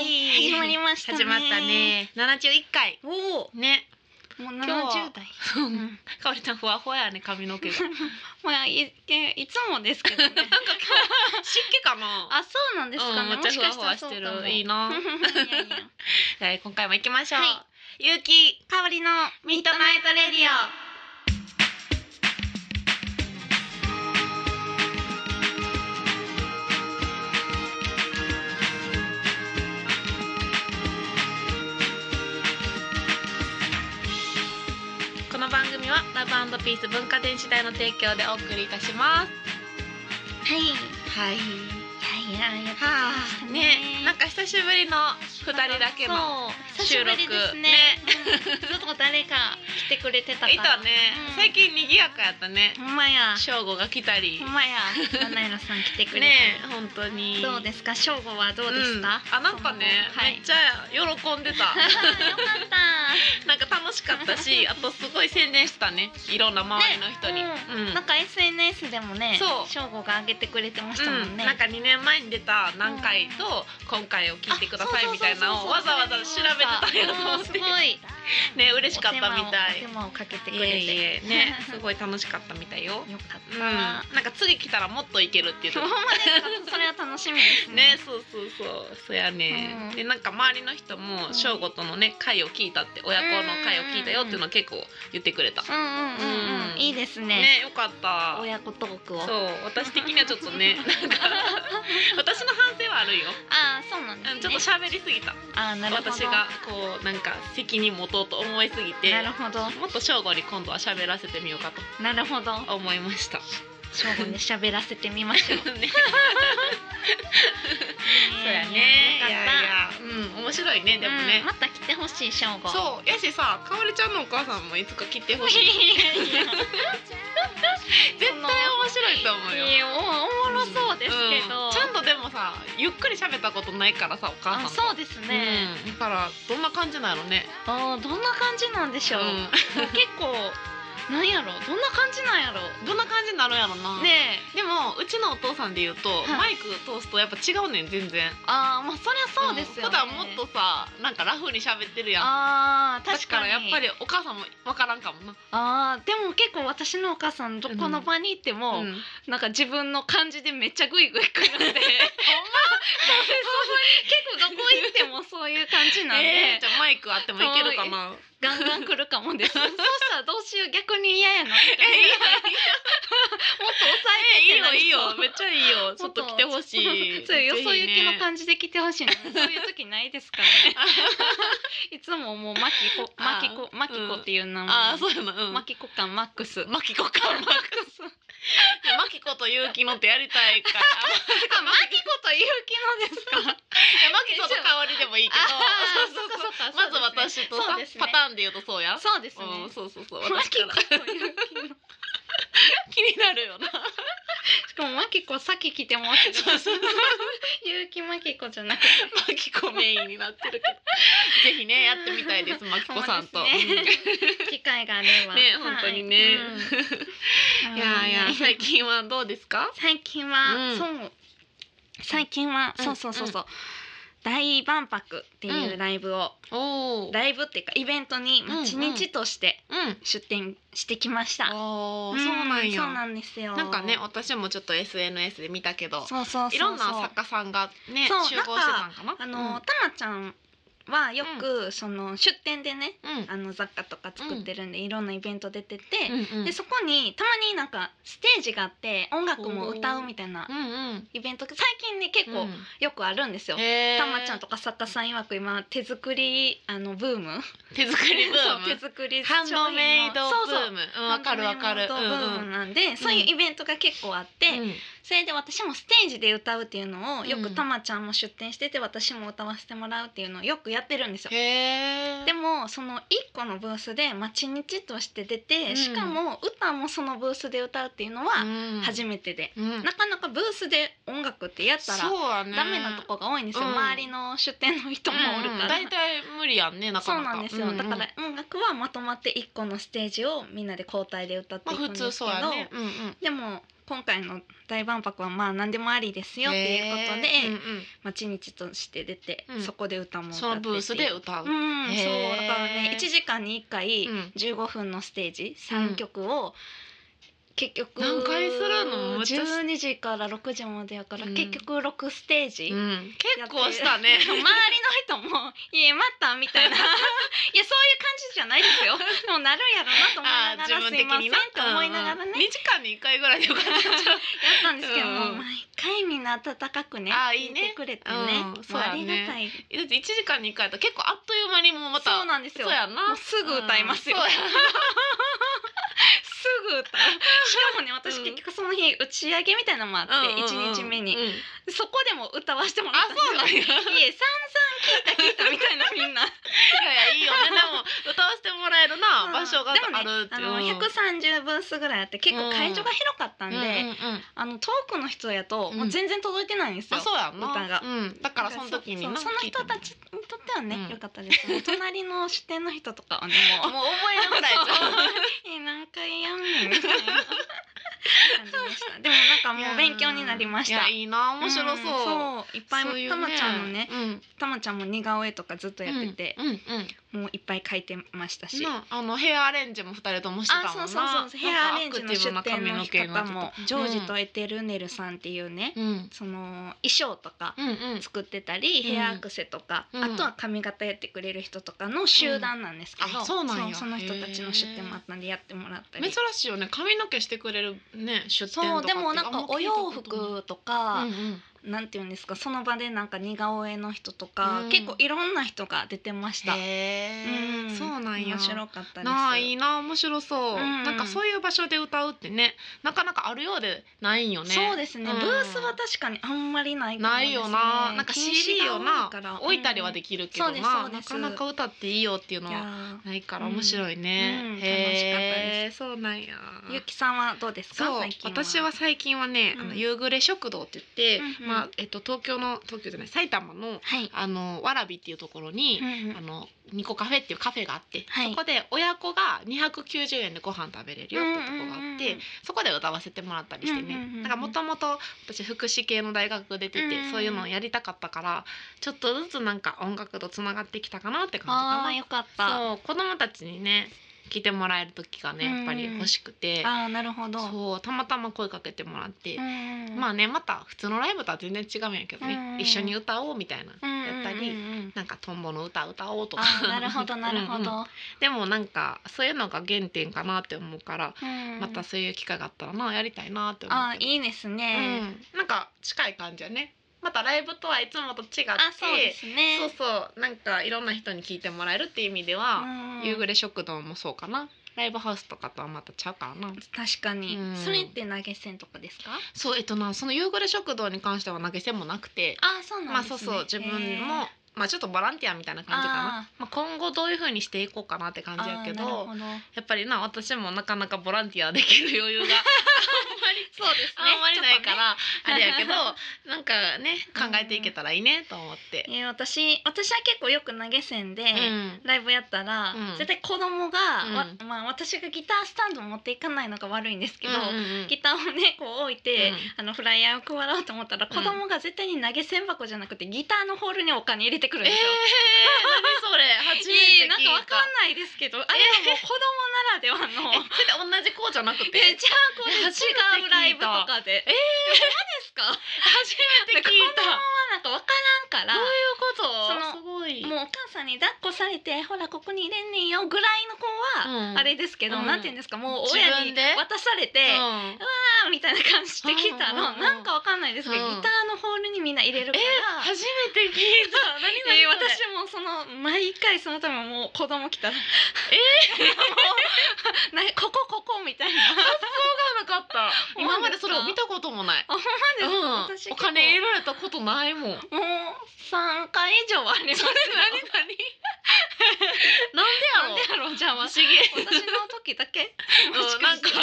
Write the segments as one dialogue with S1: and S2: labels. S1: い
S2: 始まりましたね
S1: 始まったね七十一回
S2: おお
S1: ね
S2: もう
S1: 今日は
S2: 70代ん
S1: かおりちゃんふわふわやね 髪の毛が湿
S2: まあいえいつもです けどね
S1: 気かな
S2: あそうなんですかね、
S1: うん
S2: もしか
S1: めっちゃふわふわし
S2: し
S1: てる
S2: たらそうかも
S1: いいな
S2: や いや
S1: はい今回も行きましょう、
S2: は
S1: ゆうき
S2: 香りの
S1: ミッドナイトレディオこの番組はラブピース文化電子台の提供でお送りいたします
S2: はい
S1: はい。
S2: いやいややってきま
S1: は
S2: した
S1: あ、
S2: ね
S1: ね、なんか久しぶりの二人だけの。
S2: そう久しぶりですねうんずっと誰か来てくれてたから
S1: いたね、
S2: うん
S1: 最近賑やかやったね。
S2: ほんまや
S1: 正吾が来たり
S2: ほ。んまや七色さん来てくれたり
S1: ね、本当に。
S2: どうですか正午はどうでした、
S1: うんあ、なんかね、
S2: はい
S1: めっ
S2: よ
S1: ちゃ喜んで た。
S2: かった
S1: なんか楽しかった し、あとすごい宣伝したね。いろんな周りの人に。
S2: ね
S1: うん
S2: なんか SNS でもね
S1: そう
S2: 正午が上げてくれてましたも
S1: うんん
S2: ね、
S1: なんか2年前に出た何回と今回を聞いてくださいみたいなのをわざわざ調べてたんやと思っ
S2: す
S1: て
S2: ごい
S1: ね嬉しかったみたい
S2: お手間をお手間をかけてく
S1: い
S2: れて
S1: えいえねすごい楽しかったみたいよ。
S2: よかっ
S1: うん、
S2: た、
S1: なんか次来たらもっといけるっていう
S2: ほんまですかそれは楽しみです
S1: ね
S2: ね
S1: そうそうそうそうやね、
S2: うん
S1: でなんか周りの人
S2: う
S1: も
S2: ん
S1: 正吾とのね会を聞いたって親子の会を聞いたよっていうのを結構言ってくれた、
S2: うんうんうんうん、
S1: うん
S2: いいですね
S1: ねよかった
S2: 親子トークを
S1: そ
S2: あ
S1: う私的にはちょっとねなんか私の反省はあるよ、
S2: あーそうなんです
S1: う
S2: ね
S1: ん、ちょっと喋りすぎた
S2: あーなるほど
S1: 私がこうなんか責任持とうと思いすぎて
S2: なるほど
S1: もっと正吾に今度は喋らせてみようか
S2: なるほど
S1: と思いました
S2: 正午に喋らせてみましょう
S1: ね
S2: そ
S1: そうやね。
S2: よかった
S1: いやいや、うん、面白いね、でも
S2: う
S1: ね
S2: ん。また来てほしい正午
S1: そう、やしさ、かおりちゃんのお母さんもいつか来てほしい。絶対面白いと思うよ。
S2: いやおおもろそうですけど、
S1: うんちゃんとでもさ、ゆっくり喋ったことないからさ、お母さん
S2: あ
S1: と。
S2: そうですね、
S1: うんだから、どんな感じなのね。
S2: あーどんな感じなんでしょう、
S1: うん
S2: 結構なんやろどんな感じなんやろ
S1: どんな感じになるんやろな。
S2: ねえ
S1: でも、うちのお父さんで言うと、
S2: い
S1: マイク通すと、やっぱ違うねん、全然。
S2: あーまあそりゃそうですよ、ね
S1: 普段もっとさ、なんかラフに喋ってるやん。
S2: あー
S1: だ
S2: 確か
S1: から
S2: に
S1: やっぱりお母さんもわからんかもな。
S2: あーでも結構私のお母さんどこの場に行っても、
S1: うん
S2: なんか自分の感じでめっちゃグイグイ来 るんで結構どこ行ってもそういう感じなんで、
S1: えーじゃあマイクあってもいけるかな。
S2: ガンガン来るかもです そうしたらどうしよう逆に嫌やなって
S1: えいや
S2: もっと抑えてってなり
S1: いいよ
S2: そう
S1: いいよめっちゃいい よちょっと来てほしい
S2: そうよそ行きの
S1: じ
S2: 感じで来てほしい のそういう時ないですからね いつももうマキコマキコマキコっていう名前
S1: あーそうやなうん
S2: マキコ感マックス
S1: マキコかマキ
S2: スあマ
S1: マキコとユウキのってやりたいから
S2: キコとゆうきのです か
S1: いやマキコと香りでもいいけど
S2: あー
S1: そうそう
S2: そ
S1: そう
S2: かそうか
S1: うまず
S2: そうですね
S1: 私とさ
S2: そうですね
S1: パターンで言うとそうや
S2: そうですね
S1: うんそうそうそう
S2: マ
S1: 私
S2: キ
S1: か
S2: コ
S1: ら
S2: とゆうきの
S1: 気になるよな
S2: しかもマキコさっき来てますけど
S1: そう そう
S2: ゆうきマキコじゃなくて
S1: マキコメインになってるけどぜひねやってみたいですマキコさんと
S2: ほまですね 機会があれば
S1: ね本当にね
S2: はいうん
S1: いやいや最近はどうですか
S2: 最近は、
S1: うん
S2: そう最近は、
S1: うん
S2: そうそうそうそう、大万博っていうライブを、
S1: お
S2: ライブっていうかイベントに
S1: うんうん
S2: 一日として
S1: うん
S2: 出展してきました、
S1: お
S2: う
S1: ーそうなんや
S2: そうなんですよ
S1: なんかね私もちょっと SNS で見たけど
S2: そうそうそうそう
S1: いろんな作家さんがね
S2: そう
S1: 集合してたんかな
S2: あの、
S1: う
S2: た
S1: ん
S2: まちゃんはよく、その出店でね
S1: うん
S2: あの雑貨とか作ってるんで、いろんなイベント出てて、
S1: うんうん
S2: でそこにたまになんかステージがあって音楽も歌うみたいな
S1: うんうん
S2: イベント最近ね結構よくあるんですよ、た
S1: た
S2: まちゃん
S1: と
S2: とか作家さん曰く今手作りあのブーム
S1: 手作りブー
S2: そう
S1: ム
S2: 手作り
S1: ハンドメイド
S2: そう
S1: ブ
S2: そう
S1: ームうんわかるわかる
S2: ハンドメイドブームなんで、そういうイベントが結構あって、
S1: うんうん
S2: それで私もステージで歌うっていうのをよ
S1: う
S2: く
S1: ん
S2: たまちゃんも出展してて私も歌わせてもらうっていうのをよくやってるんですよ。
S1: へー
S2: でもその1個のブースで待ち日として出て、
S1: うん
S2: しかも歌もそのブースで歌うっていうのは初めてで、
S1: うんうん
S2: なかなかブースで音楽ってやったら
S1: そうやね
S2: ダメなとこが多いんですよ、
S1: うん
S2: 周りの出店の人もおる
S1: うん
S2: か
S1: う
S2: ら、
S1: ん大体無理やんねな
S2: そ
S1: か
S2: う
S1: なか
S2: なんですよ、
S1: んん
S2: だから音楽はまとまって一個のステージをみんなで交代で歌って
S1: まあ
S2: いく
S1: 普
S2: んですけど、
S1: 通そうやねうんうん
S2: でも今回の大万博はまあ何でもありですよっていうことで、
S1: へーうんうん
S2: まあ、ちにちとして出て、
S1: うん
S2: そこで歌も歌ってってい
S1: その
S2: う
S1: ブースで歌う、
S2: うん、そう
S1: へー
S2: だからね1時間に1回
S1: うん
S2: 15分のステージ3曲を、結局
S1: 何回するのめっちゃ
S2: 12時から6時までやから、
S1: うん
S2: 結局6ステージ、
S1: う
S2: や
S1: ん、
S2: って
S1: 結構したね
S2: 周 りの人も「いや待った」みたいな「いやそういう感じじゃない ですよ」でもなるやろなと思いながら「すいま せん」って思いながらね
S1: 2時間に1回ぐらいでよかったんちゃう
S2: やったんですけど、
S1: うん
S2: 毎回みんな温かくね
S1: あいいね
S2: 聞いてくれてね,、
S1: うんそうだね
S2: ありがたい
S1: だって1時間に1回だと結構あっという間にもうまた
S2: そうなんですよ
S1: そうやんな
S2: もうすぐ歌いますよ
S1: うんそうや
S2: すぐ歌うしかもね私
S1: うん
S2: 結局その日打ち上げみたいなのもあって
S1: うんうんうん
S2: 一、日目に、
S1: うん
S2: そこでも歌わせてもらっ
S1: あ
S2: たん
S1: そうなん
S2: ですよ
S1: や
S2: いえ
S1: いやい
S2: 散々聞いた聞いたみたいなみんな
S1: やいいよねでも歌わせてもらえるな、場所があるっ
S2: で
S1: てい
S2: も
S1: う
S2: ねあの130ブースぐらいあって結構会場が広かったんで、
S1: うんうんうん
S2: あの遠くの人やと
S1: うん
S2: もう全然届いてないんですよ、
S1: あそうやんな
S2: 歌が
S1: うん、だからその時に
S2: そう
S1: な
S2: その
S1: 聞い
S2: 人
S1: てもら
S2: た
S1: う
S2: ちにとってはね、
S1: うん
S2: 良かったですもう隣の支店の人とかはねもう
S1: もう覚えるぐらいじゃん
S2: え何回やんねんみたいな感じでしたでもなん かもう勉強になりまし
S1: い
S2: た
S1: やいいな面白そう,、
S2: んそういっぱい
S1: そういう
S2: たまちゃんのね
S1: うん、
S2: たまちゃんも似顔絵とかずっとやってて、
S1: うんうん
S2: もういっぱい描いてましたし、
S1: なあのヘアアレンジも二人ともしてたもんな
S2: あそうそうそうヘアアレンジの出
S1: なんかア
S2: 店の
S1: クティブな
S2: 方
S1: 髪の毛
S2: もジョージとエテルネルさんっていうね、
S1: うんうん
S2: その衣装とか
S1: うん
S2: 作ってたり、
S1: うん
S2: ヘアアクセとか、
S1: うん
S2: あとは髪型やってくれる人とかの集団なんですけど、
S1: うんあそうなんや
S2: その人たちの出店もあったんでやってもらったり
S1: 珍しいよね髪の毛してくれるね出店とか
S2: そう
S1: って
S2: でもなん
S1: あ
S2: か
S1: ま
S2: お
S1: 聞いた
S2: 洋
S1: ことない
S2: 服とか、
S1: うんうん
S2: なんていうんですかその場でなんか似顔絵の人とか、
S1: うん
S2: 結構いろんな人が出てました。う
S1: へえ
S2: ん
S1: そうなんや
S2: 面白かったです。
S1: なあいいな面白
S2: う
S1: そう、
S2: ん
S1: なんかそういう場所で歌うってねなかなかあるようでないんよね
S2: そうですね、
S1: うん
S2: ブースは確かにあんまりないかも
S1: ないよな、なんか CD をな置いたりは
S2: き
S1: できるけど
S2: そうですそ
S1: な、
S2: う
S1: な
S2: です
S1: かなか歌っていいよっていうの
S2: いや
S1: は
S2: ー
S1: ないから面白いね、
S2: うんうん
S1: へえそうなんや
S2: ゆきさんはどうですか
S1: そう
S2: 最近は
S1: 私は最近はね、
S2: うん
S1: あの夕暮れ食堂って言って、
S2: うんうん
S1: まあえっと東京の東京じゃない埼玉の
S2: はい、
S1: あのわらびっていうところに、あのニコカフェっていうカフェがあって、
S2: はい
S1: そこで親子が290円でご飯食べれるよっていうところがあっ
S2: うん
S1: て、
S2: うんうんうん
S1: そこで歌わせてもらったりしてね、
S2: うんうんうんうん
S1: なんかもともと私福祉系の大学出てて、
S2: うんうん
S1: そういうのをやりたかったからちょっとずつなんか音楽とつながってきたかなって
S2: あ
S1: 感
S2: ー
S1: じ
S2: よかっ
S1: かな
S2: たあ
S1: そう子供たちにね来てもらえる時がねやっぱり欲しくて、
S2: ーなるほど
S1: そうたまたま声かけてもらって、ま
S2: ま
S1: あねまた普通のライブとは全然違うんやけどね、
S2: うんうんうん
S1: 一緒に歌おうみたいな、やったり
S2: り
S1: なんかトンボの歌歌おうとか
S2: あーなるほどなるほ
S1: うんうん
S2: ど
S1: でもなんかそういうのが原点かなって思うから、
S2: うん
S1: またそういう機会があったらなやりたいなって思
S2: あ
S1: っ
S2: ー
S1: て
S2: いいです
S1: う
S2: ね
S1: ん、なんか近い感じやねまたライブとはいつもと違って
S2: あそうですね
S1: そうそうなんかいろんな人に聞いてもらえるっていう意味では、
S2: うん
S1: 夕暮れ食堂もそうかなライブハウスとかとはまたちゃうからな
S2: 確かに
S1: うん
S2: それって投げ銭とかですか
S1: そうえっとなその夕暮れ食堂に関しては投げ銭もなくて
S2: あーそう
S1: ま
S2: な
S1: あ
S2: んです
S1: そう
S2: ね
S1: そう自分
S2: へー
S1: もまあちょっとボランティアみたいな感じかな
S2: あ
S1: まあ、今後どういう風にしていこうかなって感じやけ
S2: あーな
S1: ど
S2: るほど
S1: やっぱりな私もなかなかボランティアできる余裕があんまり
S2: そうですね
S1: あんまりないか
S2: ちょっとね
S1: ら、あれや けどなんかね
S2: うん
S1: 考えていけたらいいねと思って。
S2: えー私私は結構よく投げ銭で、
S1: うん
S2: ライブやったら、
S1: うん
S2: 絶対子供が、
S1: う
S2: わまあ私がギタースタンド持っていかないのが悪いんですけど、
S1: うんうんうん
S2: ギターをねこう置いて、
S1: うん
S2: あのフライヤーを配ろうと思ったら、
S1: うん
S2: 子供が絶対に投げ銭箱じゃなくてギターのホールにお金入れてくるん
S1: えー、
S2: ですよ。
S1: 何それ 初
S2: いい
S1: めて聞い
S2: な
S1: た
S2: んかわかんないですけど、あれはもう子供ならではの。
S1: えそれで同じ子じゃなくて
S2: えじゃあこう
S1: え
S2: 違
S1: 初めて聞いた
S2: うライブとかで。ええー、
S1: 初めて聞いた
S2: なんかわからんから
S1: どう。いうこと
S2: その
S1: すごい
S2: もうお母さんに抱っこされてほらここに入れんねんよぐらいの子は、
S1: うん
S2: あれですけど、
S1: うん
S2: なんて言うんですかもう
S1: 自
S2: 親
S1: 分
S2: に
S1: で
S2: 渡されて、
S1: うん
S2: あーみたいな感じで来た
S1: うんう
S2: の、
S1: んうん
S2: なんかわかんないですけど、
S1: うん
S2: ギターのホールにみんな入れるから。
S1: 初めて聞いた 何何それ
S2: えー私もその毎回そのためもう子供来 たらえー、なここここみたいな
S1: なかった 今までそれを見たこともない、
S2: あほん
S1: うん
S2: まです、私、
S1: お金入れ られたことないもん
S2: もう3回以上はありますよ
S1: 何
S2: なん
S1: なんでやろう
S2: でやろうじゃあ
S1: 不思
S2: 私
S1: 議
S2: 私の時だけ
S1: うんなんかこ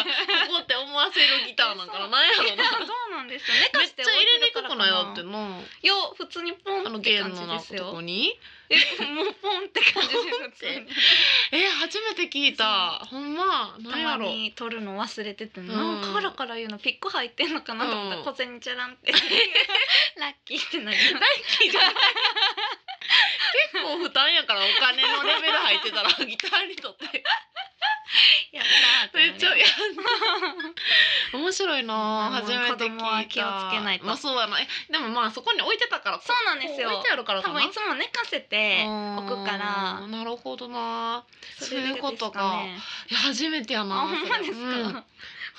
S1: こって思わせるギターなんかな なんやろう
S2: いや
S1: な
S2: どうなんですよね
S1: めっちゃ入れにくくないだ
S2: っ
S1: っててな
S2: よ普通にポン
S1: あの
S2: って
S1: 弦
S2: 感
S1: の
S2: じ
S1: な
S2: で
S1: ん
S2: す
S1: かと
S2: よ
S1: こに
S2: えもうポンって感じですよ普通に
S1: え初めて聞いたほんまなんや
S2: たま
S1: ろ
S2: に取るの忘れてて、
S1: ん
S2: なんかカラカラ言うのピック入ってんのかなと思ったら、
S1: うん
S2: 小銭ちゃらんって ラッキーってなりま
S1: 結 構負担やからお金のレベル入ってたらギターにとって
S2: すやった
S1: めっちゃい
S2: や
S1: や 面白いな
S2: まあ
S1: 初めて聞いた
S2: 子供は気をつけないと
S1: まあそうだなえでもまあそこに置いてたから
S2: そうなんですよ
S1: こ置いてあるから
S2: 多
S1: かな
S2: 分いつも寝かせて置くから
S1: あーなるほどな
S2: それだけです
S1: そういうことか
S2: ね
S1: いや初めてや
S2: あ
S1: な
S2: ほんまですか、
S1: うん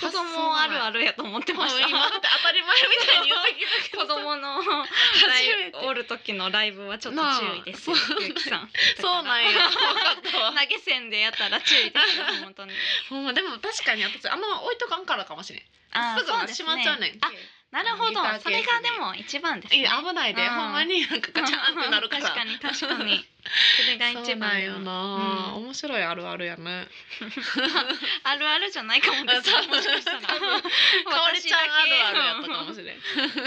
S2: 子供あるあるやと思ってました
S1: 今だって当たり前みたいに言ってきたけど
S2: 子供のライ
S1: 初めて
S2: おる時のライブはちょっと注意ですよ
S1: なあ
S2: ゆうきさん
S1: そうなんや分かったわ
S2: 投げ銭でやったら注意ですよ本当に
S1: ほんまでも確かに私あんま置いとかんからかもしれん
S2: あー
S1: すぐ
S2: そうで
S1: し
S2: す
S1: まっちゃうねん
S2: あなるほ
S1: ギ
S2: ど
S1: ターケースに
S2: それがでも一番です
S1: い
S2: ね
S1: や危ないで、
S2: うん
S1: ほんまになんかガチャンってなるから
S2: 確かに確か にそれが
S1: そ
S2: 一
S1: うな
S2: 番
S1: ん
S2: で
S1: よ
S2: も
S1: な、
S2: う
S1: 面白いあるあるや ね
S2: あるあるじゃないかもです
S1: あ多分
S2: もしかしたら
S1: 多分かおり
S2: 私
S1: ちゃん
S2: だ
S1: あ
S2: け
S1: るあるやったかも
S2: うん
S1: し れん
S2: そうなん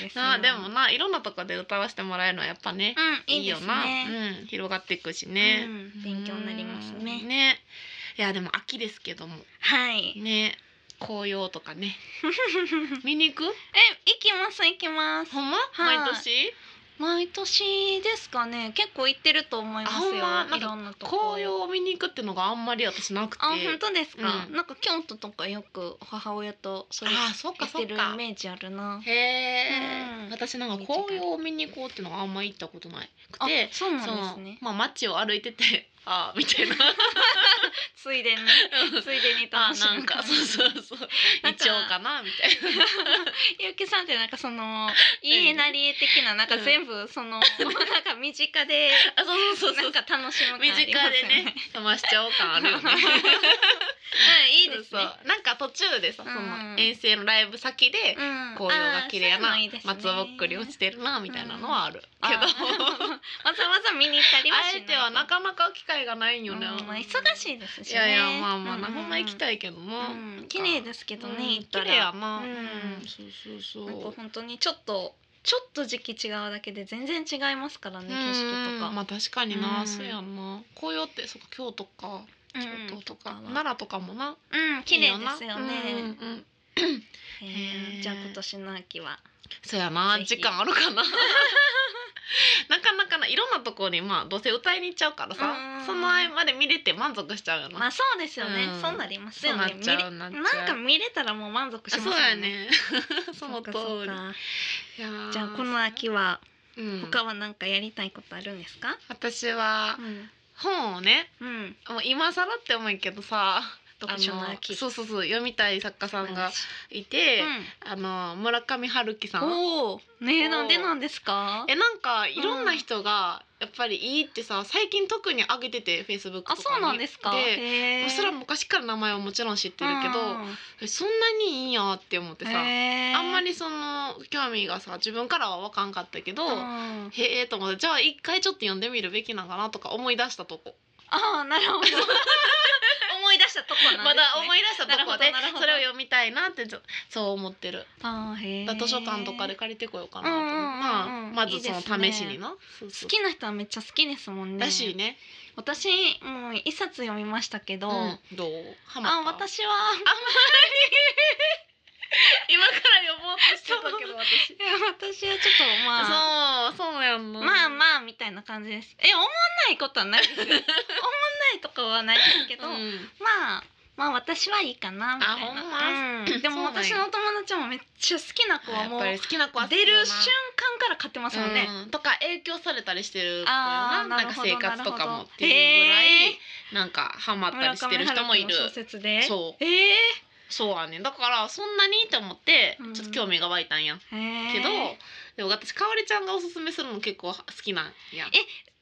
S2: ですよ
S1: なあでもないろんなとこで歌わせてもらえるのはやっぱね、
S2: うんいい
S1: よ
S2: です
S1: な
S2: ね
S1: うん、広がっていくしね、
S2: うん勉強になりますね
S1: うんねいやでも秋ですけども
S2: はい
S1: ね紅葉と かね見に行く
S2: え行きます行きます
S1: ほんま、
S2: はい
S1: 毎年
S2: 毎年ですかね結構行ってると思いますよ、
S1: あほんまなんか
S2: いろんなとこ
S1: 紅葉を見に行くってのがあんまり私なくて
S2: あ本当ですか、
S1: うん
S2: なんか京都とかよく母親とそれ
S1: あそっ
S2: 行
S1: か
S2: っ
S1: そ
S2: て
S1: っ
S2: る
S1: か
S2: イメージあるな
S1: へえ、
S2: うん
S1: 私なんか紅葉を見に行こうってのがあんまり行ったことないく
S2: あ
S1: て
S2: そう
S1: そ
S2: なん
S1: の
S2: ですね
S1: まあ街を歩いてて ああ みたいな
S2: ついでに ついでに
S1: あ
S2: 楽しむ
S1: なんかそうそうそう
S2: なんか
S1: 一応かなみたいな
S2: ゆうきさんってなんかそ の家なり的ななんか全部その、なんか身近で
S1: あそうそうそうそ
S2: な
S1: うん
S2: か楽しむ感
S1: 身近
S2: ありますよ
S1: でね冷ましちゃおう感あるよ ね
S2: はいいいです
S1: そう
S2: ね
S1: そうなんか途中でさ、
S2: うん
S1: その遠征のライブ先で
S2: うん
S1: 紅葉が綺麗や
S2: あ
S1: な
S2: ーそういうのいいですね
S1: 松ぼっくり落ちてるなみたいなのはある、
S2: あー
S1: けど
S2: わざわざ見に行ったりはし
S1: あ
S2: ない
S1: えてはなかなか機会がないんよね、
S2: うんまあ、忙しいですし
S1: い
S2: ね
S1: やいやまあまあ、
S2: うん
S1: ほんま行きたいけども、
S2: うん綺麗ですけどね、
S1: うん
S2: 行ったら
S1: 綺麗やな、
S2: うん
S1: そうそうそう
S2: なんか本当にちょっとちょっと時期違うだけで全然違いますからね景色とか、
S1: うんまあ確かにな、
S2: うん
S1: そうやんな紅葉ってそっか京都か
S2: うん
S1: 京都とか、
S2: うん
S1: 奈良とかもな
S2: うん綺麗ですよね
S1: いいなうんうん
S2: え
S1: へ
S2: ー
S1: ー
S2: じゃあ今年の秋は
S1: そうやな
S2: ぜひ
S1: 時間あるかな なかなかないろんなところにまあどうせ歌いに行っちゃうからさ
S2: うん
S1: その合間で見れて満足しちゃうよな、
S2: まあそうですよね、
S1: うん
S2: そうなりますよね
S1: そうなっちゃう
S2: 見れ
S1: なっちゃう
S2: なんか見れたらもう満足し
S1: あ
S2: ます
S1: そう
S2: よ
S1: やね そ
S2: そ
S1: の
S2: うか
S1: 通
S2: そう
S1: り
S2: か
S1: いやー
S2: じゃあこの秋は
S1: うん
S2: 他は何かやりたいことあるんですか、
S1: 私は
S2: うん
S1: 本をね
S2: うん、
S1: もう今更って思うけどさ
S2: 読書の
S1: あ
S2: 秋
S1: のそうそうそう読みたい作家さんがいて、あの村上春樹さ
S2: うん
S1: ん
S2: おおね
S1: お
S2: え
S1: ー
S2: なんでなんですか
S1: えなんかいろんな人がやっぱりいいってさ最近特に上げててフェイスブックとか
S2: あそう
S1: に
S2: なんですか
S1: で
S2: へえ
S1: それは昔から名前はもちろん知ってるけど、
S2: うん
S1: そんなにいいんやって思ってさ、
S2: へー
S1: あんまりその興味がさ自分からは分かんかったけど、
S2: うん
S1: へえと思ってじゃあ一回ちょっと読んでみるべきなのかなとか思い出したとこ、
S2: ああなる ほど思い出したとこなんですね
S1: まだ思い出したとこで
S2: なるほどなるほど
S1: それを読みたいなってちょそう思ってる、
S2: あーへえ
S1: だから図書館とかで借りてこようかなと思っ
S2: う
S1: た
S2: んうんうんうん
S1: まずそ
S2: い
S1: の
S2: いですね
S1: 試しになそう
S2: 好
S1: そう
S2: きな人はめっちゃ好きですもんね
S1: らしいね
S2: 私もう一冊読みましたけど、
S1: うんどうハマ
S2: あ
S1: った
S2: 私は
S1: 今から読もうとしてたけ ど私
S2: いや私はちょっとまあ
S1: そうそうやんな
S2: まあまあみたいな感じですえ思わないことはない ですよ思わないとかはないですけど、
S1: うん
S2: まあまあ私はいいかなみたいな
S1: あほんま
S2: うんでも
S1: そうなん
S2: 私
S1: や
S2: の友達もめっちゃ好きな子は
S1: や
S2: も
S1: っ
S2: う
S1: ぱり好きな子は好き
S2: 出
S1: よな
S2: る瞬間から買ってますもんね、
S1: うんとか影響されたりしてる子よ
S2: あ
S1: な
S2: ー
S1: なんか
S2: なるほど
S1: 生活とかもって
S2: な
S1: いうぐら
S2: る
S1: い
S2: ほ
S1: なんかハマっ
S2: ど
S1: たりしてる人もいる
S2: 村上春樹の小説で
S1: そ
S2: ええ
S1: うそうはねだからそんなにって思って
S2: うん
S1: ちょっと興味が湧いたんや
S2: へー
S1: けどでも私かおりちゃんがおすすめするの結構好きなんや
S2: え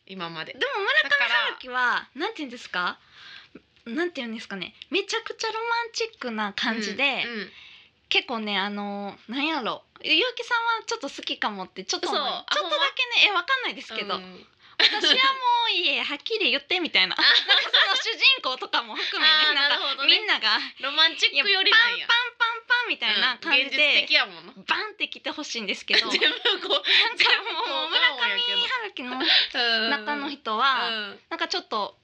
S1: 今まで
S2: でも村上春樹はなんて言うんですかなんて言うんですかねめちゃくちゃロマンチックな感じで、
S1: うんうん
S2: 結構ねあのなんやろ結城さんはちょっと好きかもってちょっと思い
S1: 嘘
S2: ちょっとだけねえわかんないですけど、
S1: うん
S2: 私はもういいえはっきり言ってみ たいななんかその主人公とかも含め
S1: あー
S2: ねなん
S1: なるほ
S2: か
S1: どね
S2: みんなが
S1: ロマンチックより
S2: パ
S1: な
S2: ン
S1: んや
S2: パンパンパンみたいな感
S1: うん
S2: じ
S1: 現実
S2: で
S1: 的、やもんな
S2: バンって来てほしいんですけ どなんか
S1: 全部こう
S2: もう村上春樹の
S1: うん
S2: 中の人
S1: う
S2: は、
S1: ん
S2: なんかちょっと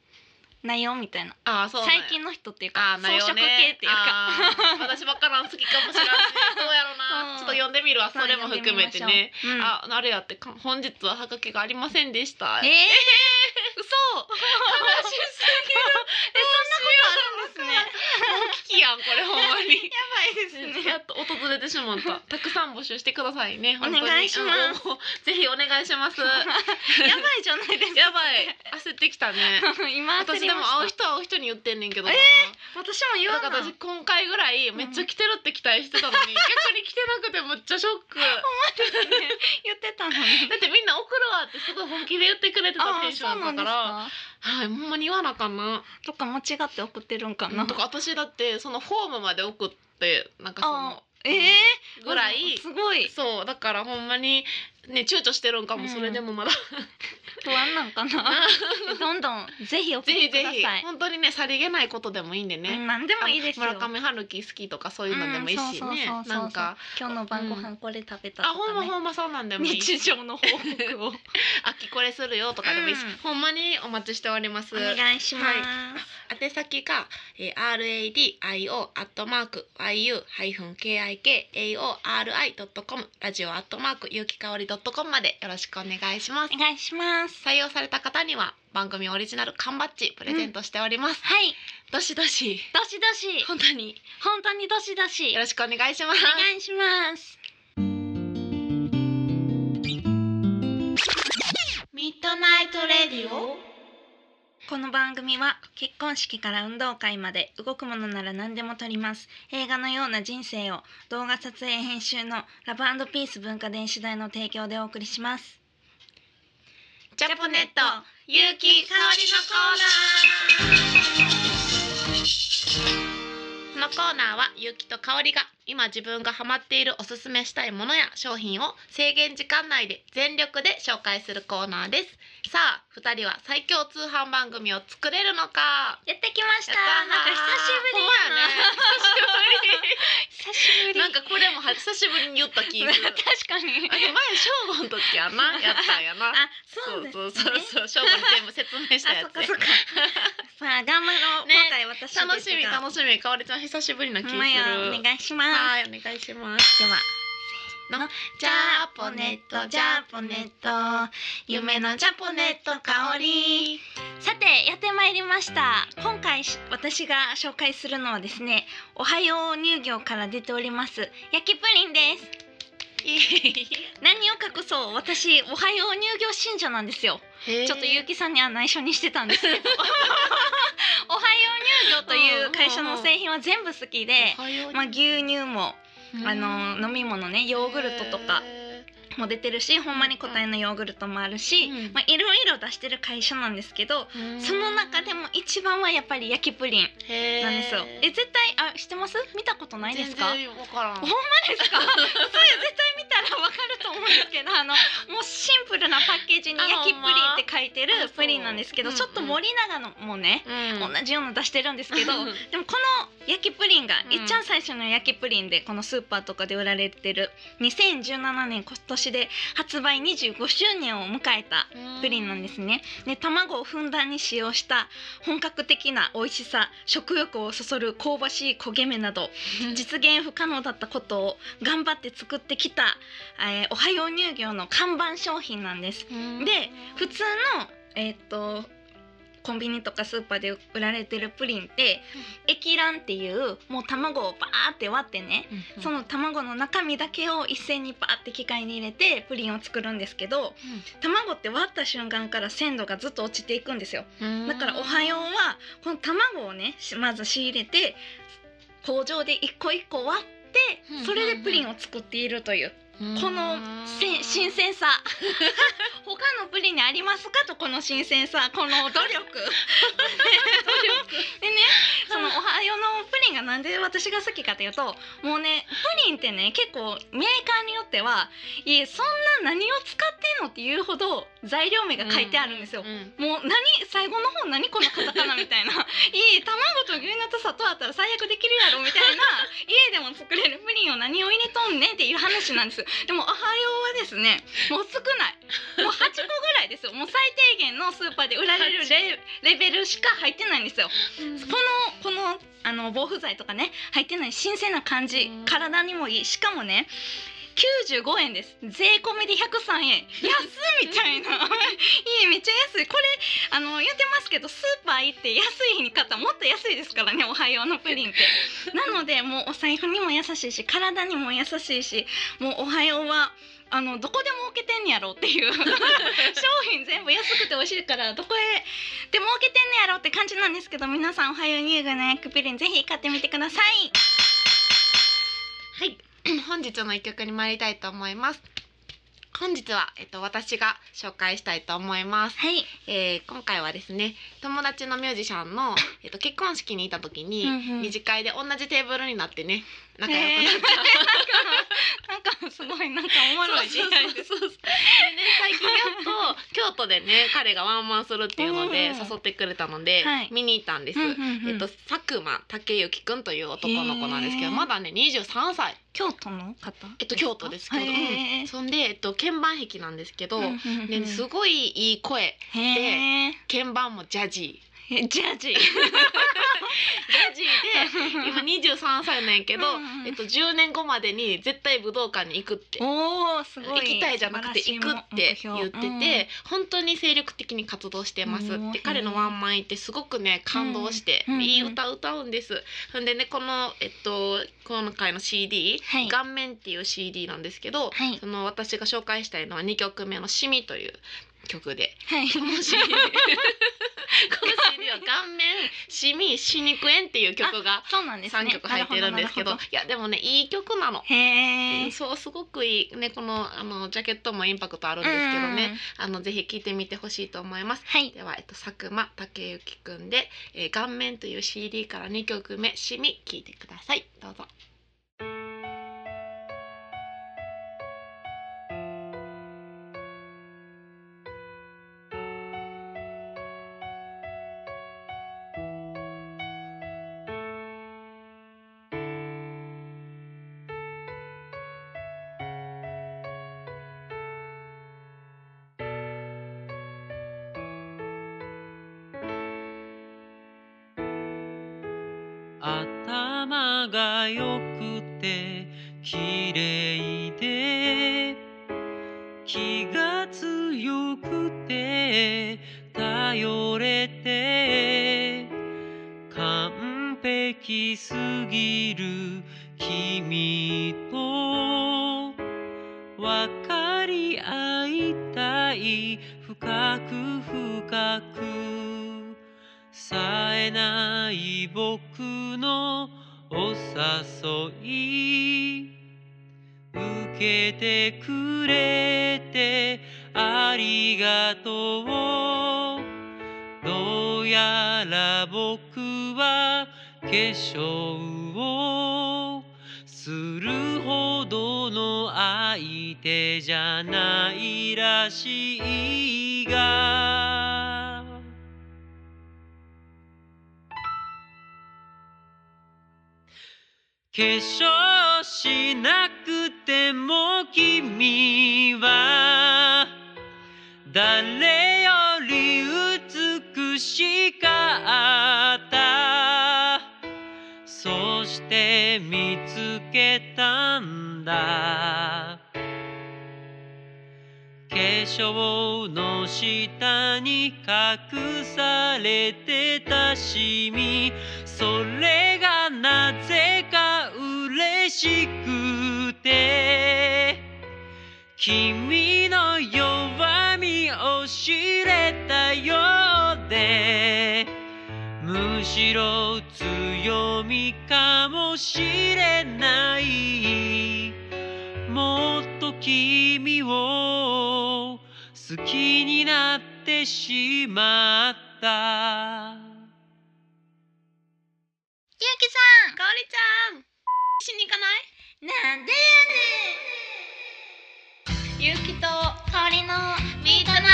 S2: 内容みたいな
S1: ああそうなんや
S2: 最近の人っていうか
S1: あー
S2: 装
S1: なよ
S2: 飾
S1: ね
S2: 系っていうか
S1: あー私ばっかなん好きかもしれないどうやろな
S2: うん
S1: ちょっと読んでみるわそれも含めてね、
S2: うん
S1: ああれやってか本日はハガキがありませんでした
S2: えー、嘘えそんなこ
S1: 悲しすぎる
S2: とあるんですね
S1: 危機やんこれほんま に
S2: やばいです
S1: やっと訪れてしまったたくさん募集してくださいね
S2: お願いします
S1: す、うん応募ぜひお願いします
S2: やばいじゃないですか
S1: やばい焦ってきたね
S2: 今 焦
S1: 私
S2: り
S1: でも
S2: ました
S1: 会う人は会う人に言ってんねんけどな、
S2: え私も言わ
S1: なん
S2: な
S1: か
S2: い
S1: 私今回ぐらいめっちゃ来てるって期待してたの に、逆に来てなくてむっちゃショックだ
S2: 言ってたのに
S1: ってみんな送るわってすごい本気で言ってくれて た
S2: あ
S1: テン
S2: ー
S1: ショ
S2: そうな
S1: ン
S2: んです
S1: だから
S2: か
S1: はいほんまに言わなあかんな
S2: とか間違って送ってるんか
S1: な
S2: なん
S1: とか私だってそのフォームまで送ってなんかその
S2: あーえー
S1: ぐらい
S2: すごい
S1: そうだからほんまにね躊躇してるんかも、
S2: うん
S1: それでもまだ
S2: 不安なんか などんどんぜひ送
S1: ぜ
S2: って
S1: ひ
S2: くだ
S1: ぜ
S2: さい
S1: ひ本当にねさりげないことでもいいんでね、
S2: うん何でもいいですよ
S1: あの村上春樹好きとかそういうのでもいいし
S2: うんそうそう
S1: ね
S2: そうそう
S1: なんか
S2: 今日の晩ご飯これ食べたと
S1: あほん
S2: か
S1: ま
S2: ね、
S1: ほんまそうなんでもいい
S2: 日常の報 告を
S1: 秋これするよとかでもいいし、
S2: うん
S1: ほんまにお待ちしております
S2: お願いします、
S1: 宛先が、えー、RADIO アットマーク YU ハイフン KIKAORI ドットコムラジオアットマーク有機香りドットコムまでよろしくお願いします
S2: お願いします
S1: 採用された方には番組オリジナル缶バッジプレゼントしております、
S2: はい
S1: どしどし
S2: どしどし
S1: 本当に
S2: 本当にどしどし
S1: よろしくお願いします
S2: お願いします
S1: ミッドナイトレディオ
S2: この番組は結婚式から運動会まで動くものなら何でも撮ります映画のような人生を動画撮影編集のラブピース文化電子台の提供でお送りします
S1: ジャポネット有機香りのコーナーこのコーナーは有機と香りが今自分がハマっているおすすめしたいものや商品を制限時間内で全力で紹介するコーナーですさあ二人は最強通販番組を作れるのか
S2: やってきましたなんか久しぶりやな久しぶ
S1: ほんまやね久しぶり
S2: り
S1: なんかこれもは久しぶりに言った気がする。
S2: 確かに
S1: あれ前正午の時やなやったんやな。
S2: あ
S1: そ
S2: そうで
S1: う
S2: す
S1: そ
S2: ね
S1: うそうそう正午に全部説明した
S2: あ
S1: や
S2: そっ
S1: つ
S2: か
S1: や。
S2: そっかまあ頑張ろう、
S1: ね
S2: 今回私ですが
S1: 楽しみ楽しみかおりちゃん久しぶりな気する。
S2: まあやお願いします
S1: はいお願いします。
S2: では
S1: ジャポネットジャポネット夢のジャポネット香 り。
S2: さてやってまいりました今回し私が紹介するのはですねおはよう乳業から出ております焼きプリンです何を隠そう私おはよう乳業信者なんですよ、
S1: ち
S2: ちょっとゆうきさんには内緒にしてたんですけど おはよう乳業という会社の製品は全部好きで、まあ、牛乳もあの飲み物ねヨーグルトとかも出てるしほんまに答えのヨーグルトもあるし、
S1: うん
S2: まあ、いろいろ出してる会社なんですけどその中で
S1: も
S2: も一番はやっぱり焼きプリンなんですよ。え絶対あ知ってます？見たことないですか？
S1: 全然わからん。
S2: ほんまですか？それ絶対見たらわかると思うんですけ ど、あのもうシンプルなパッケージに
S1: あ
S2: 焼きプリンって書いてる
S1: ほんまあそう
S2: プリンなんですけど、
S1: うんうん
S2: ちょっと森永のもね、
S1: うん
S2: 同じようなの出してるんですけど、
S1: うん
S2: でもこの焼きプリンが、
S1: うん
S2: いっちゃん最初の焼きプリンでこのスーパーとかで売られてる2017年今年で発売25周年を迎えたプリンなんですね。で卵をふんだんに使用した本格的な美味しさ食欲をそそる香ばしい焦げ目など実現不可能だったことを頑張って作ってきた、えーおはよう乳業の看板商品なんです。
S1: うん
S2: で普通のえーっとコンビニとかスーパーで売られてるプリンって液卵っていうもう卵をバーって割ってね
S1: うん
S2: その卵の中身だけを一斉にバーって機械に入れてプリンを作るんですけど、卵って割った瞬間から鮮度がずっと落ちていくんですよ
S1: うん
S2: だから「おはよう」はこの卵をねしまず仕入れて工場で一個一個割って
S1: うん
S2: それでプリンを作っているというこのせん新鮮さ 他のプリンにありますかとこの新鮮さこの 努力でねその「おはよう」のプリンがなんで私が好きかというともうねプリンってね結構メーカーによってはいえそんな何を使ってんのっていうほど材料名が書いてあるんですよ。
S1: うん
S2: もう何最後の方何このカタカナみたいないい卵と牛乳と砂糖あったら最悪できるやろみたいな家でも作れるプリンを何を入れとんねんっていう話なんですでも「おはよう」はですねもう少ないもう8個ぐらいですよもう最低限のスーパーで売られるレレベルしか入ってないんですよこのこのあの防腐剤とかね入ってない新鮮な感じ
S1: うん
S2: 体にもいいしかもね95円です税込みで103円 安っみたいな いいめっちゃ安いこれあの言ってますけどスーパー行って安い日に買ったらもっと安いですからねおはようのプリンって なのでもうお財布にも優しいし体にも優しいしもうおはようはあのどこでも置けてんやろっていう商品全部安くて美味しいからどこへでも受けてんねやろって感じなんですけど皆さんおはよう乳具のエッグプリンぜひ買ってみてください
S1: はい 本日の一曲に参りたいと思います本日はえっと私が紹介したいと思います
S2: はい、
S1: えー今回はですね友達のミュージシャンの、えっと、結婚式にいた時に、
S2: うんうん
S1: 二次会で同じテーブルになってね仲良
S2: えー
S1: くなっ
S2: なん
S1: た、
S2: かなんかすごいなんかおもろい出会いです
S1: そうそうそうでね 最近やっと京都でね彼がワンマンするっていうので
S2: うんうん
S1: 誘ってくれたので、
S2: はい
S1: 見に行ったんです、
S2: うんうんうん
S1: えっと佐久間武之くんという男の子なんですけ
S2: へー
S1: どまだね23歳
S2: 京都の方
S1: えっと京都ですけど、
S2: へ
S1: うん
S2: ー
S1: そんでえっと鍵盤壁なんですけど、
S2: うんうんうん
S1: ねすごいいい声
S2: へー
S1: 鍵盤もジャジー
S2: えジャージー
S1: ジャジーで今23歳なんやけ
S2: うん
S1: ど、
S2: うん
S1: えっと、10年後までに絶対武道館に行くって
S2: おーすご
S1: 行
S2: い
S1: きたいじゃなくて
S2: 素晴
S1: 行く
S2: ら
S1: っ
S2: しい
S1: て
S2: 目標
S1: 言ってて、本当に精力的に活動してます
S2: うん
S1: で彼のワンマン行ってすごくね感動して、
S2: うん
S1: いい歌歌うんです。ほんでねこの、えっと、今回の CD「
S2: はい
S1: 顔面」っていう CD なんですけ
S2: は
S1: ど、
S2: い
S1: その私が紹介したいのは2曲目の「シミ」という曲で
S2: うんはい
S1: この CD この CD は「顔面シミ死肉炎」っていう曲が
S2: そうなんですね
S1: 三曲入ってるんですけど
S2: なるほ
S1: いやでもねいい曲なの
S2: ど。へー
S1: そうすごくいいねこのあのジャケットもインパクトあるんですけどね、あのぜひ聴いてみてほしいと思います。
S2: はい
S1: ではえっと佐久間武之くんで、えー顔面という CD から2曲目シミ聴いてください。どうぞ。
S3: 頭が良くて綺麗で気が強くて頼れて完璧すぎる君と分かり合いたい深く深く冴えない僕のお誘い受けてくれてありがとうどうやら僕は化粧をするほどの相手じゃないらしいが化粧しなくても君は誰より美しかったそして見つけたんだ化粧の下に隠されてたシミそれがなぜか嬉しくて君の弱みを知れたようでむしろ強みかもしれないもっと君を好きになってしまった
S2: ゆうきさん
S1: かおりちゃんしに行かない
S2: なんで
S1: ゆうきと
S2: 香りの
S1: ミートナイトレディ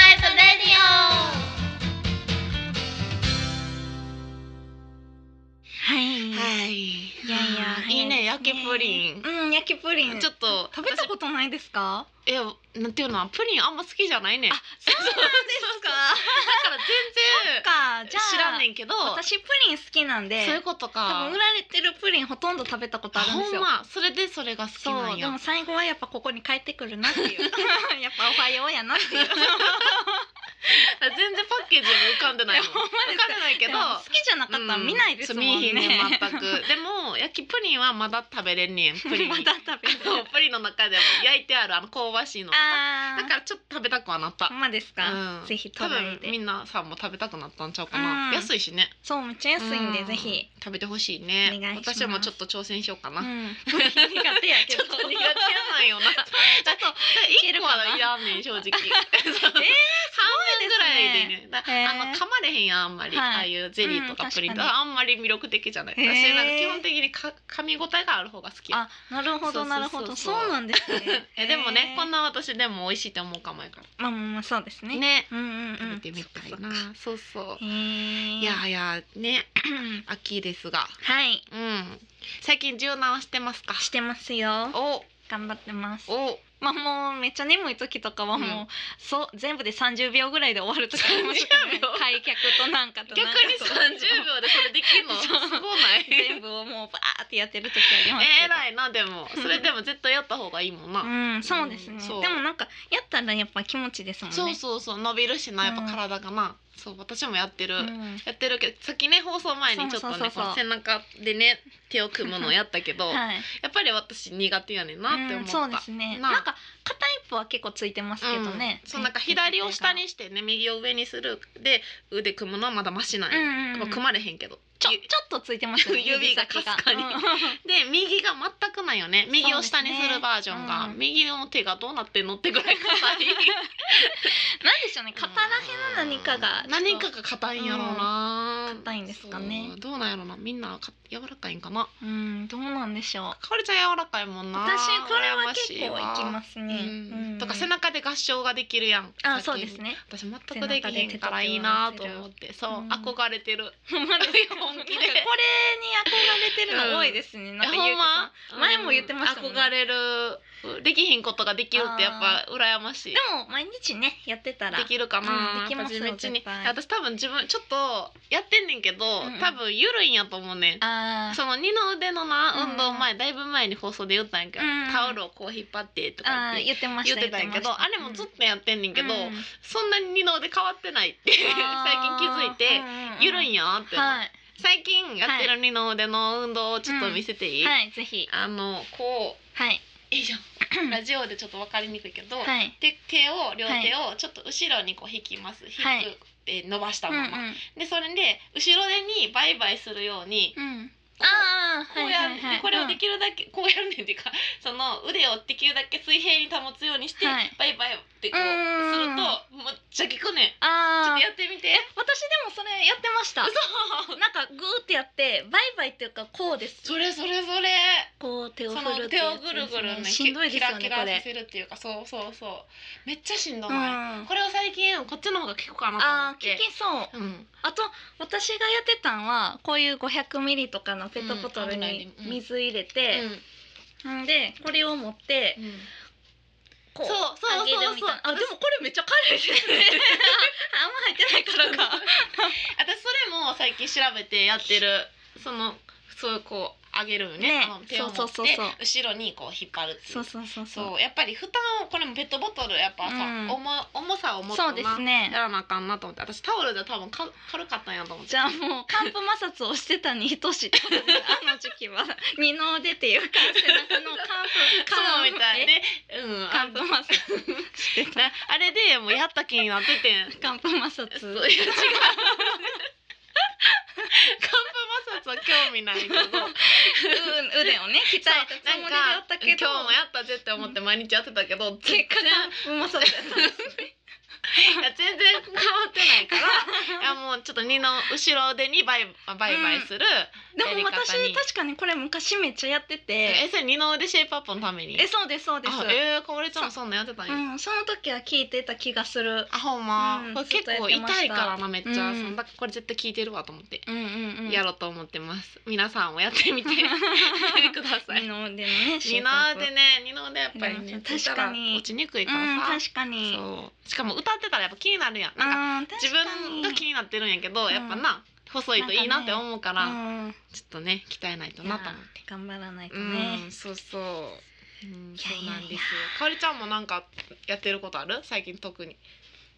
S2: はい、
S1: オはい
S2: いやいや早です
S1: いいね焼きプリン
S2: うん焼きプリン
S1: ちょっと
S2: 食べたことないですか
S1: えなんていうのプリンあんま好きじゃないねんだか
S2: そうなんですか
S1: ら全
S2: か
S1: 然
S2: じゃあ
S1: 知らんねんけど
S2: 私プリン好きなんで
S1: そういうこと
S2: 多
S1: か
S2: 分売られてるプリンほとんど食べたことあるんです
S1: ほん
S2: よ
S1: まそれでそれが好きな
S2: そ
S1: ん
S2: うで
S1: や
S2: も最後はやっぱここに帰ってくるなっていう やっぱおはようやなっていう
S1: 全然パッケージに浮かんでないも ん
S2: いやほんま
S1: 浮
S2: です
S1: かんでない け
S2: け
S1: ど
S2: ど好きじゃなかったら見ないですもんね,、
S1: うんそう見えへんね ん全くでも焼きプリンはまだ食べれんねんプリン
S2: まだ食べる
S1: そうプリンの中でも焼いてあるあの香ばしいのだ
S2: あー
S1: からちょっと食べたくはなった
S2: ほんまですか、
S1: うん
S2: ぜひ
S1: 多
S2: 食べ
S1: 分み
S2: て
S1: んなさんも食べたくなったんちゃうかな、
S2: うん
S1: 安いしね
S2: そうめっちゃ安いんで、
S1: う
S2: ぜひ、
S1: 食べてほしいね
S2: お願いします
S1: 私もちょっと挑戦しようかな、
S2: うん苦手やけ
S1: ちょ
S2: ど
S1: っと苦手やな いよなちょっと
S2: け
S1: 一
S2: る
S1: 個
S2: かな
S1: はいらんねん正 直え半分ぐらいでねだ
S2: へー
S1: あの噛まれへんやんあんま
S2: は
S1: り、
S2: い
S1: ああいうゼリーと
S2: う
S1: か
S2: ん
S1: プリンと
S2: 確か
S1: かあんまり魅力的じゃない、
S2: へー
S1: 私なんか基本的にか噛み応えがある方が好きや
S2: あなるほ
S1: そうそうそうそ
S2: ど
S1: う
S2: なるほどそうなんですね
S1: えでもねこん
S2: な
S1: な私でも美味しいって思うかもやから
S2: まあまあまあそうですね
S1: ね
S2: うんうんうん
S1: 食べてみたいな、そうそう
S2: へ
S1: いやいや ね秋ですが
S2: はい
S1: うん最近柔軟してますか
S2: してますよ
S1: お
S2: 頑張ってます
S1: お
S2: まあもうめっちゃ眠い時とかはもう、
S1: うん
S2: そう全部で30秒ぐらいで終わる時ありますけど、ね
S1: 30秒、
S2: 開脚となんかと
S1: 逆に
S2: なんかと
S1: 30秒でそれできるの す
S2: そう
S1: ごない
S2: 全部をもうバーってやってる時あります
S1: え
S2: けど、
S1: らいなでもそれでも絶対やった方がいいもんな、
S2: うんそうですね、
S1: うんそう
S2: でもなんかやったらやっぱ気持ちいいですもんね
S1: そうそうそう伸びるしなやっぱ体がな、そう私もやってる、
S2: ん
S1: やってるけどさっきね放送前にちょっとね
S2: そうそうそうそう
S1: この背中でね手を組むのをやったけど、
S2: はい
S1: やっぱり私苦手やねんなって思った、
S2: うんそうですね
S1: な
S2: なんか片一方は結構ついてますけどね、
S1: うんそうなんか左を下にしてね右を上にするで腕組むのはまだマシなん
S2: う
S1: よ、
S2: んうん、うん、
S1: 組まれへんけど
S2: ちょちょっとついてますよね
S1: 指が
S2: 先
S1: かすかに
S2: うん
S1: で右が全くないよね右を下に
S2: そうです
S1: す
S2: ね
S1: るバージョンが、
S2: うん
S1: 右の手がどうなってんのってぐらい硬い
S2: なんでしょうね肩らへんの何かが
S1: 何か
S2: ちょっ
S1: が硬いんやろうな、
S2: ん硬いんですかね
S1: そうどうなんやろうなみんなか柔らかいんかな
S2: とうんどうなんでしょう
S1: かおりちゃん柔らかいもんな
S2: 私これは結構
S1: 羨ま
S2: い
S1: しい
S2: き
S1: わ
S2: ます
S1: う
S2: ね、
S1: ん
S2: うん
S1: とか背中で合唱ができるやん
S2: あそうですね
S1: 私全くできへんからいいなと思ってそう、
S2: うん
S1: 憧れてる
S2: ほんまですか
S1: 本気で
S2: なんかこれに憧れてるの多いですね、なんかゆうきさん
S1: えほん
S2: 前も言ってましたもんね
S1: 憧れるできひんことができるってやっぱ羨ましい
S2: でも毎日ねやってたら
S1: できるかな、
S2: うんできますよ
S1: やっぱ地道に
S2: 絶対
S1: 私多分自分ちょっとやってんねんけど、
S2: んうん
S1: 多分ゆるいんやと思うねん
S2: あー
S1: その二の腕のな
S2: うん
S1: 運動前、だいぶ前に放送で言ったんやけど、
S2: うんうん
S1: タオルをこう引っ張ってとか
S2: あ
S1: 言
S2: ー言
S1: って
S2: ってまし
S1: 言ったてたんやけど、
S2: 言ってま
S1: あ
S2: した
S1: れもずっとやってんねんけど、
S2: うん
S1: そんなに二の腕変わってないって 最近気づいて、ゆるいん
S2: や
S1: やなって思う、
S2: はい
S1: 最近やってる二の腕の運動をちょっと見せていい、
S2: はいぜひ
S1: あのこ
S2: はい、
S1: ういいじゃんラジオでちょっとわかりにくいけど、
S2: はい、
S1: で手を両手をちょっと後ろにこう引きます、
S2: はい
S1: 引く、えー伸ばしたまま、
S2: うんうん
S1: でそれで後ろ手にバイバイするように
S2: うん、ああ
S1: こうやる、でこれをできるだけ、 こうやるねんっていうかその腕をできるだけ水平に保つようにして、
S2: はい
S1: バイバイってこ
S2: う
S1: う
S2: ん
S1: するとむっちゃ効くねんちょっ
S2: あ
S1: と
S2: あ
S1: やってみて
S2: 私でもそれやってました
S1: そう
S2: なんかグーってやってバイバイっていうかこうです
S1: それそれそれ
S2: こう手を
S1: そ
S2: 振
S1: の
S2: るって
S1: 手
S2: いう
S1: を
S2: やつ
S1: ぐるぐるね
S2: しんどいですよね
S1: キラ
S2: こ
S1: キラさ
S2: れ
S1: せるっていうかそうそうそうめっちゃしんど
S2: う
S1: ない、
S2: ん
S1: これは最近こっちの方が効くかなと思
S2: あー
S1: っ
S2: 聞
S1: て
S2: きそう
S1: うん
S2: あと私がやってたんはこういう500ミリとかのペットボトル
S1: うん危
S2: に
S1: ないねうん
S2: 水入れて、んでこれを持って
S1: うんうん
S2: こう
S1: そうそうそうそう
S2: 上げるみたいなあ
S1: 私
S2: でもこれめっちゃ軽いですねあんま入ってないからか
S1: 私それも最近調べてやってるそのそういうこう上げるよね
S2: ね
S1: あの手を持って
S2: そうそうそうそう
S1: 後ろにこう引っ張るっていう
S2: そうそうそうそう
S1: そうやっぱり負担をこれもペットボトルやっぱさ、
S2: うん
S1: 重重さを持っと
S2: そ
S1: な
S2: うですね
S1: やらなあかんなと思って私タオルで多分か軽かったんやと思って
S2: じゃあもう寒風摩擦をしてたに等しいってことですねあの時期は二の腕っていうか背中の寒風
S1: そうみたいで、うん、あ
S2: 寒風摩 擦してた
S1: なあれでもうやった気になって てん
S2: 寒風摩擦
S1: そういや違う寒風そう興 味ないけど
S2: う腕をね鍛えたつもりでやったけど
S1: 今日もやったぜって思って毎日やってたけど、全然
S2: 結果がうまそうだったんですね
S1: いや全然変わってな いからいやもうちょっと二の後ろ腕にバイバイバイする、
S2: で
S1: やり
S2: も
S1: 方
S2: 私
S1: に
S2: 確かにこれ昔めっちゃやってて
S1: えそれ二の腕シェイプアップのために
S2: えそうですそうです
S1: あえー、かおりちゃんもそんなんやってたんや、
S2: うん、その時は聞いてた気がする
S1: あほんま、
S2: うん
S1: これ結構痛いからなめっちゃ、
S2: うん
S1: そんだこれ絶対効いてるわと思って、
S2: うんうんうん
S1: やろうと思ってます皆さんもやっ てみてください
S2: 二の腕のね
S1: 二の腕ね二の腕やっぱり
S2: う
S1: ね
S2: ん確かに
S1: 落ちにくい
S2: う
S1: から
S2: ん
S1: さ、
S2: 確かに
S1: そうしかも歌ってたらやっぱ気になるやんなんか
S2: なんか
S1: 自分が気になってるんやけど、
S2: ん
S1: やっぱな細いといいなって思うから、
S2: うん、
S1: ちょっとね鍛えないとなと思って。
S2: 頑張らないと
S1: う
S2: ね
S1: ん、そうそう。うん、
S2: い
S1: そ
S2: やいうやいや
S1: なんですよ。かおりちゃんもなんかやってることある？最近特に。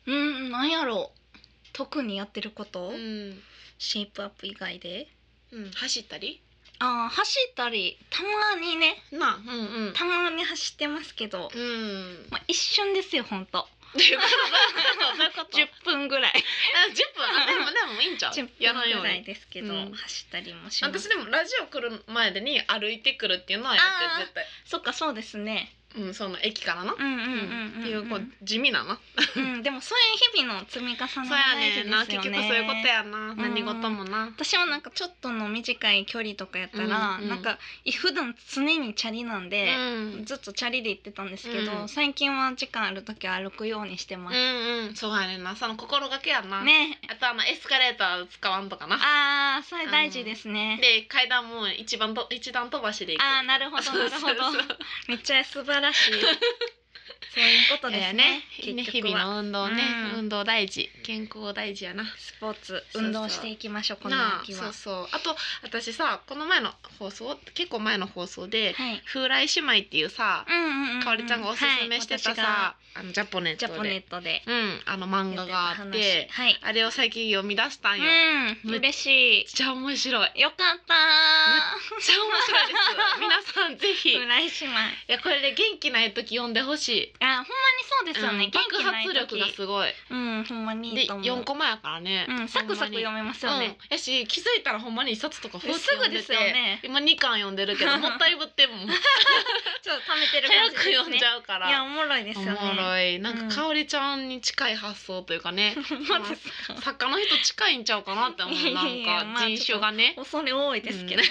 S2: うん、なんやろう特にやってること、
S1: うん。
S2: シェイプアップ以外で
S1: うん、走ったり？
S2: あー走ったりたまにね
S1: なあ、うんうん。
S2: たまに走ってますけど、
S1: うん。
S2: まあ、一瞬ですよほんと
S1: どういうこと？どういうこと？
S2: 10分ぐらい
S1: あ十分。あでもでもいいんちゃう
S2: 10分？
S1: やらんよう
S2: ぐらい
S1: に。
S2: ですけど、
S1: うん
S2: 走ったりもします
S1: 私でもラジオ来る前でに歩いてくるっていうのはやって
S2: あー
S1: る絶対。
S2: そっかそうですね
S1: うん、その駅からな。
S2: うんうんうん
S1: う
S2: うん、うん、
S1: っていうこう地味なな。
S2: うん、でもそういう日々の積み重ねが
S1: そうや
S2: 大事ですよ
S1: ねんな。
S2: ね
S1: 結局そういうことやな。
S2: ん
S1: 何事もな。
S2: 私もなんかちょっとの短い距離とかやったら、
S1: うんうん
S2: なんか普段常にチャリなんで、
S1: うん。
S2: ずっとチャリで行ってたんですけど、
S1: うん
S2: 最近は時間ある時は歩くようにしてま
S1: う
S2: す、
S1: んうん、そうやねんな。その心がけやな。
S2: ね
S1: あとあのエスカレーター使わんとかな。
S2: あーそれ大事ですね
S1: で階段も一番と一段飛ばしで行く。
S2: あーなるほど
S1: そうそうそ
S2: な
S1: う
S2: るほど めっちゃ素晴らしいそういうこと
S1: い
S2: で
S1: や
S2: す
S1: いや
S2: ね
S1: ね。ね
S2: 結
S1: 日
S2: 局は
S1: 々の運動ね、
S2: うん
S1: 運動大事、健康大事やな。
S2: スポーツ
S1: そうそう
S2: 運動していきましょうこの
S1: なあ、
S2: 秋は
S1: そうそう。あと私さ、この前の放送、結構前の放送で、
S2: はい
S1: 風来姉妹っていうさ、
S2: うんうんうん
S1: かおりちゃんがおすすめしてたさ、
S2: はい
S1: あのジャポネッ
S2: 私がジ
S1: ト
S2: ャ
S1: で、
S2: ポネットで
S1: うん、あの漫画があっ
S2: や
S1: て
S2: た話、はい
S1: あれを最近読み出したんよ。めっ
S2: うん嬉し
S1: ちゃ面白い。
S2: いよかった
S1: めっちゃ面白いです。皆さんぜひ。
S2: ー村井姉妹
S1: いやこれで元気ない時読んでほしい。
S2: あほんまにそうですよね、
S1: うん
S2: 元気ない
S1: 爆
S2: 時
S1: 発力がすごい。
S2: うんほんまにい
S1: で
S2: いと思う
S1: 四コマやからね。
S2: うんサクサク読
S1: む
S2: めますよね、。
S1: うんやし気づいたらほんまに一冊とかふわっ
S2: す
S1: て読
S2: ぐ
S1: んで
S2: で
S1: て。
S2: すよね
S1: 今二巻読んでる けどもったいぶっても
S2: ちょっと溜めてる
S1: 早
S2: 感じで
S1: く
S2: すね
S1: 読んじゃうから。
S2: いやおもろいですよね
S1: おもろいなん
S2: うん
S1: かかおりちゃんに近い発想というかね、
S2: ほん まですか
S1: 作家の人近いんちゃうかなって思うなん
S2: いやまあ
S1: か人種がね、
S2: 恐れ多いですけど、
S1: い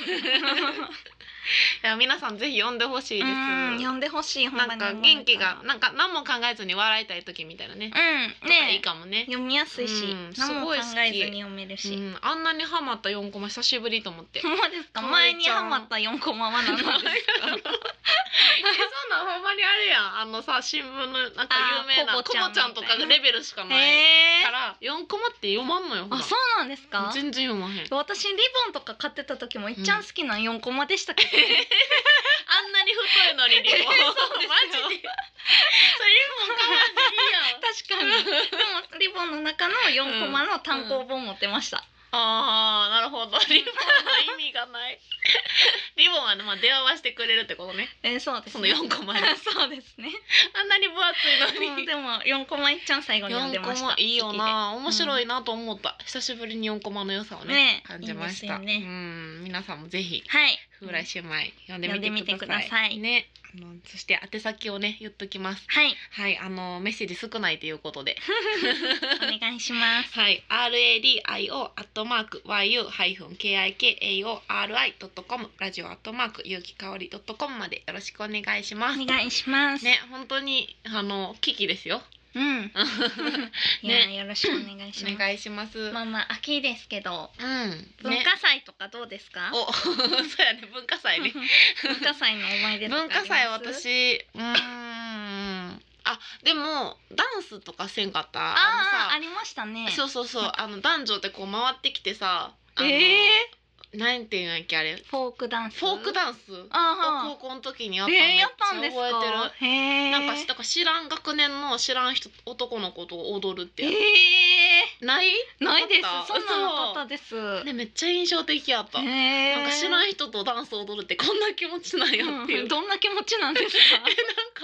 S1: や皆さんぜひ読んでほしいです、
S2: うん読んでほしいほんま
S1: な
S2: に
S1: んか元気がなんか何も考えずに笑いたい時みたいなね
S2: うん
S1: ね
S2: ね
S1: いいかもね、
S2: 読みやすいし、
S1: うん
S2: 何も考
S1: すご
S2: え
S1: い好き
S2: ずに読める
S1: う
S2: し、
S1: ん、あんなにハマった4コマ久しぶりと思ってえ
S2: ほんまですか
S1: かわ
S2: 前
S1: い
S2: に
S1: ちゃ
S2: ハ
S1: ん
S2: マった四コマは何なん ですか
S1: そんなんほんまにあれやんあのさ新聞のなんか有名
S2: あ
S1: な
S2: ー
S1: コ
S2: コボちゃん
S1: ボちゃんとかがレベルしかない
S2: へえ
S1: から4コマって読まんのよほ
S2: あ
S1: ら
S2: そうなんですか
S1: 全然読まへんあん
S2: 私リボンとか買ってた時もいっちゃん好きな四コマでしたけど、
S1: なに太いのにリボン
S2: えーそうですよ
S1: マジでそれリボン買わんでいいやん
S2: 確かにでもリボンの中の4コマの単行本持ってました、
S1: あーなるほどリボンの意味がないリボンはね、まあ、電話はしてくれるってことね
S2: えーそうです
S1: その4コマに
S2: そうですね
S1: あんなに分厚いの
S2: う
S1: に
S2: んでも4コマいっちゃん最後に読んで
S1: 四
S2: まし
S1: コ
S2: た
S1: マいいよな面白いなと思った、久しぶりに四コマの良さをね
S2: ね
S1: 感じまし
S2: い
S1: た
S2: いですよね
S1: うん皆さんもぜひ
S2: 好きではい
S1: 風来姉妹読んでみてください,、
S2: 読んでみてください
S1: ねあのそして宛先をね言っときます
S2: はい
S1: はいあのメッセージ少ないということで
S2: お願いします
S1: はい RADIO アットマーク YU-KIKAORI.com ラジオアットマークゆうきかおり .com までよろしくお願いします
S2: お願いします、
S1: ね本当にあの危機で すよ
S2: うんいや、
S1: ね
S2: よろしくお願いし
S1: お
S2: ます
S1: 願いしま す、
S2: まあまあ秋ですけど
S1: うん
S2: 文化祭とかどうですか、
S1: お そうやね文化祭ね
S2: 文化祭の思い出とかあ
S1: 文
S2: ります
S1: 化祭私うーんあでもダンスとかせんかった
S2: あああ
S1: あ
S2: りましたね
S1: のさそうそうそうあの男女でこう回ってきてさあの
S2: え
S1: なんていうんやっけあれ
S2: フォークダンス
S1: フォーク
S2: ンス
S1: ダンスを
S2: あ
S1: 高校の時にや
S2: あ
S1: ったの
S2: えー、
S1: めっ
S2: やったん
S1: ちゃ
S2: ですか
S1: 覚えてる
S2: へえ
S1: なんかしだから知らん学年の知らん人男の子と踊るって
S2: え
S1: やつ
S2: え
S1: ない
S2: ないです。
S1: なかった
S2: そんなのなかったです。
S1: ねめっちゃ印象的やったなん
S2: え
S1: か知らん人とダンス踊るってこんな気持ちなんやっていう
S2: どんな気持ちなんですか。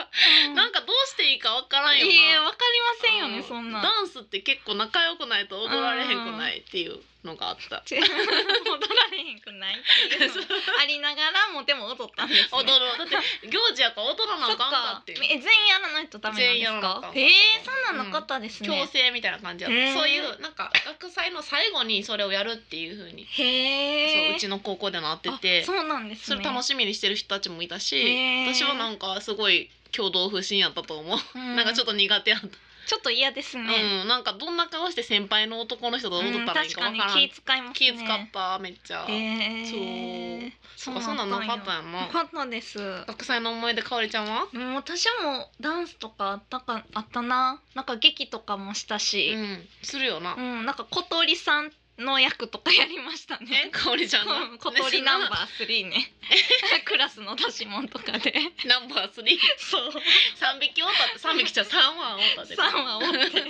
S1: えなんかかなんかどうしていいかわからんよ
S2: い
S1: な。
S2: いえわかりませんよ
S1: う
S2: ねそんな
S1: ダンスって結構仲良くないと踊られへんくないっていうのがあった。
S2: 違う 戻られへんくないっていうのもありながらもでも踊ったんです、ね、
S1: 踊るだって行事やから踊らな
S2: そ
S1: あ
S2: っ
S1: かんか
S2: か
S1: って
S2: え
S1: いう
S2: 全員やらないとダメなんで
S1: 全員やら
S2: す
S1: なあ
S2: か
S1: かん
S2: えー、そんなんなかったですね、
S1: 強制みたいな感じやった、
S2: へー
S1: そういうなんか学祭の最後にそれをやるっていう風に、
S2: へえ
S1: そううちの高校でなっててそ,、
S2: そうなんですね
S1: れ楽しみにしてる人たちもいたし、
S2: へー
S1: 私はなんかすごい共同不審やったと思う、
S2: う
S1: なんかちょ
S2: っ
S1: っと苦手やった、
S2: とちょっと嫌ですね、
S1: うんなんかどんな顔して先輩の男の人と
S2: うん
S1: 踊ったらいい
S2: 確
S1: かわ
S2: か
S1: か
S2: に
S1: らん、
S2: 気遣いますね
S1: 気使っためっちゃ、
S2: へえ
S1: そうそそんなんなかったんやな
S2: なかったです
S1: 学祭の思い出かおりちゃんは、
S2: もう私もダンスとかあったかあったななんか劇とかもした
S1: う
S2: し、
S1: ん、するよな、
S2: うんなんか小鳥さんの役とかやりました
S1: え
S2: ね
S1: かおりちゃん
S2: う
S1: の
S2: ん小鳥ナンバー
S1: ー
S2: 3ね クラスの出し物と かで
S1: ナンバー3
S2: そう
S1: 三匹おったって三匹じゃ三羽おったってこと
S2: 3話 終わって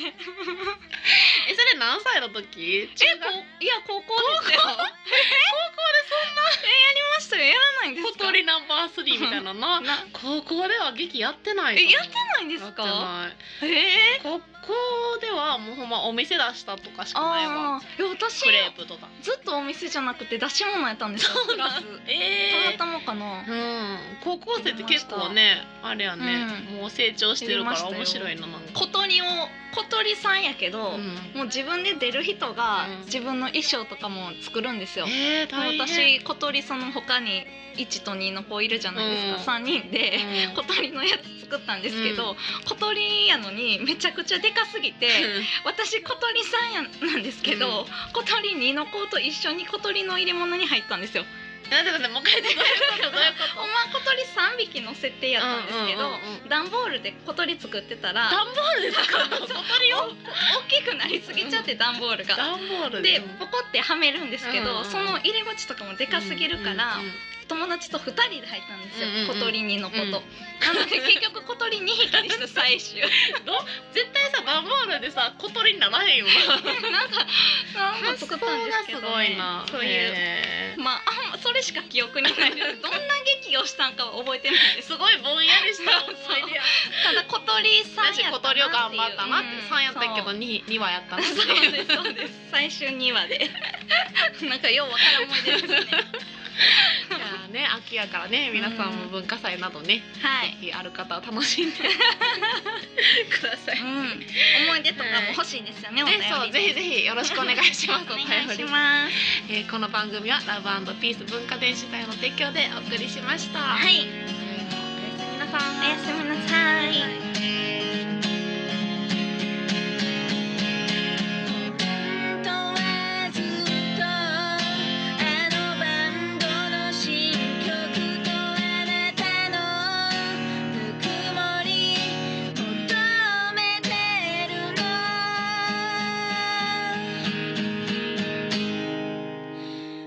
S1: えそれ何歳 の時中
S2: え
S1: 学
S2: こいや高校ですよ高校でそんなえやりましたよやらないんです
S1: 小
S2: か
S1: 鳥ナンバースリーみたいなな
S2: な
S1: 高校では劇やってない
S2: えやってないんで
S1: です
S2: か
S1: い
S2: えー、
S1: 高校ではもうほんまお店出したとかしかないわ
S2: あーいや私
S1: クレープとか
S2: ずっとお店じゃなくて出し物やったんですよ クラスた
S1: え
S2: またまかな
S1: ーうん高校生って結構ねあれやね、もう成長してるから
S2: やり
S1: 面
S2: ましたよ
S1: 白いななんか、
S2: 小鳥を小鳥さんやけど、
S1: うん
S2: もう自分で出る人が
S1: うん
S2: 自分の衣装とかも作るんですよ、
S1: えー、大変
S2: 私小鳥さんの他に1と2の子いるじゃないですか、
S1: う
S2: 三3
S1: ん
S2: 人で、
S1: うん
S2: 小鳥のやつ作ったんですけど、小鳥やのにめちゃくちゃでかすぎて私小鳥さんやなんですけど、
S1: うん
S2: 小鳥2の子と一緒に小鳥の入れ物に入ったんですよ。
S1: なんでなんでもう一回どういうことどういうこ
S2: ほんま小鳥3匹の設定やったんですけど、
S1: うんうんうんうん
S2: 段ボールで小鳥作ってたら
S1: と段ボールですか小鳥を
S2: 大きくなりすぎちゃって段ボールが。
S1: 段ボール
S2: でポコってはめるんですけ
S1: うんうん
S2: ど、
S1: うん
S2: その入れ口とかもでかすぎるから、
S1: うんうんうん
S2: 友達と2人で入ったんですよ、
S1: うんうんうん
S2: 小鳥2の子と、
S1: うん
S2: なの で結局小鳥2匹でした最終
S1: 絶対さ段ボールでさ小鳥にならへんよな
S2: なんかなんか作ったんですけど、ね、そういう
S1: へー
S2: まああんまそれしか記憶にない ですどんな劇をしたんかは覚えてないです
S1: すごいぼんやりした思い出や
S2: ただ小鳥さんやっ
S1: 私
S2: たな
S1: 小
S2: って
S1: 鳥
S2: いう
S1: を頑張ったなって
S2: うん
S1: 3やったけど2二はやったなって
S2: そうそうですそうです最終2話 でなんかようわからん思い出ですね
S1: じゃあね秋やからね皆さんも文化祭などね
S2: はい
S1: ぜひある方は 楽しんでください
S2: うん、思い出とかも欲しいですよね。
S1: でそうぜひぜ
S2: ひ
S1: ひよろしくお願いします
S2: お
S1: お
S2: 願い
S1: 便
S2: し
S1: り
S2: ます。
S1: えーこの番組はラブピース文化電子隊の提供でお送りしました
S2: はい、
S1: おやすみなさ
S2: お
S1: い
S2: やすみなさい。本当はずっとあのバンドの新曲とあなたのぬくもり求めてるの。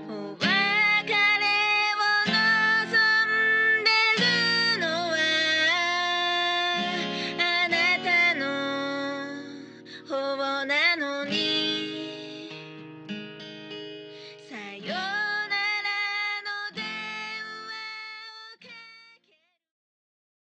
S2: お別れを望んでるのはあなたの方なのに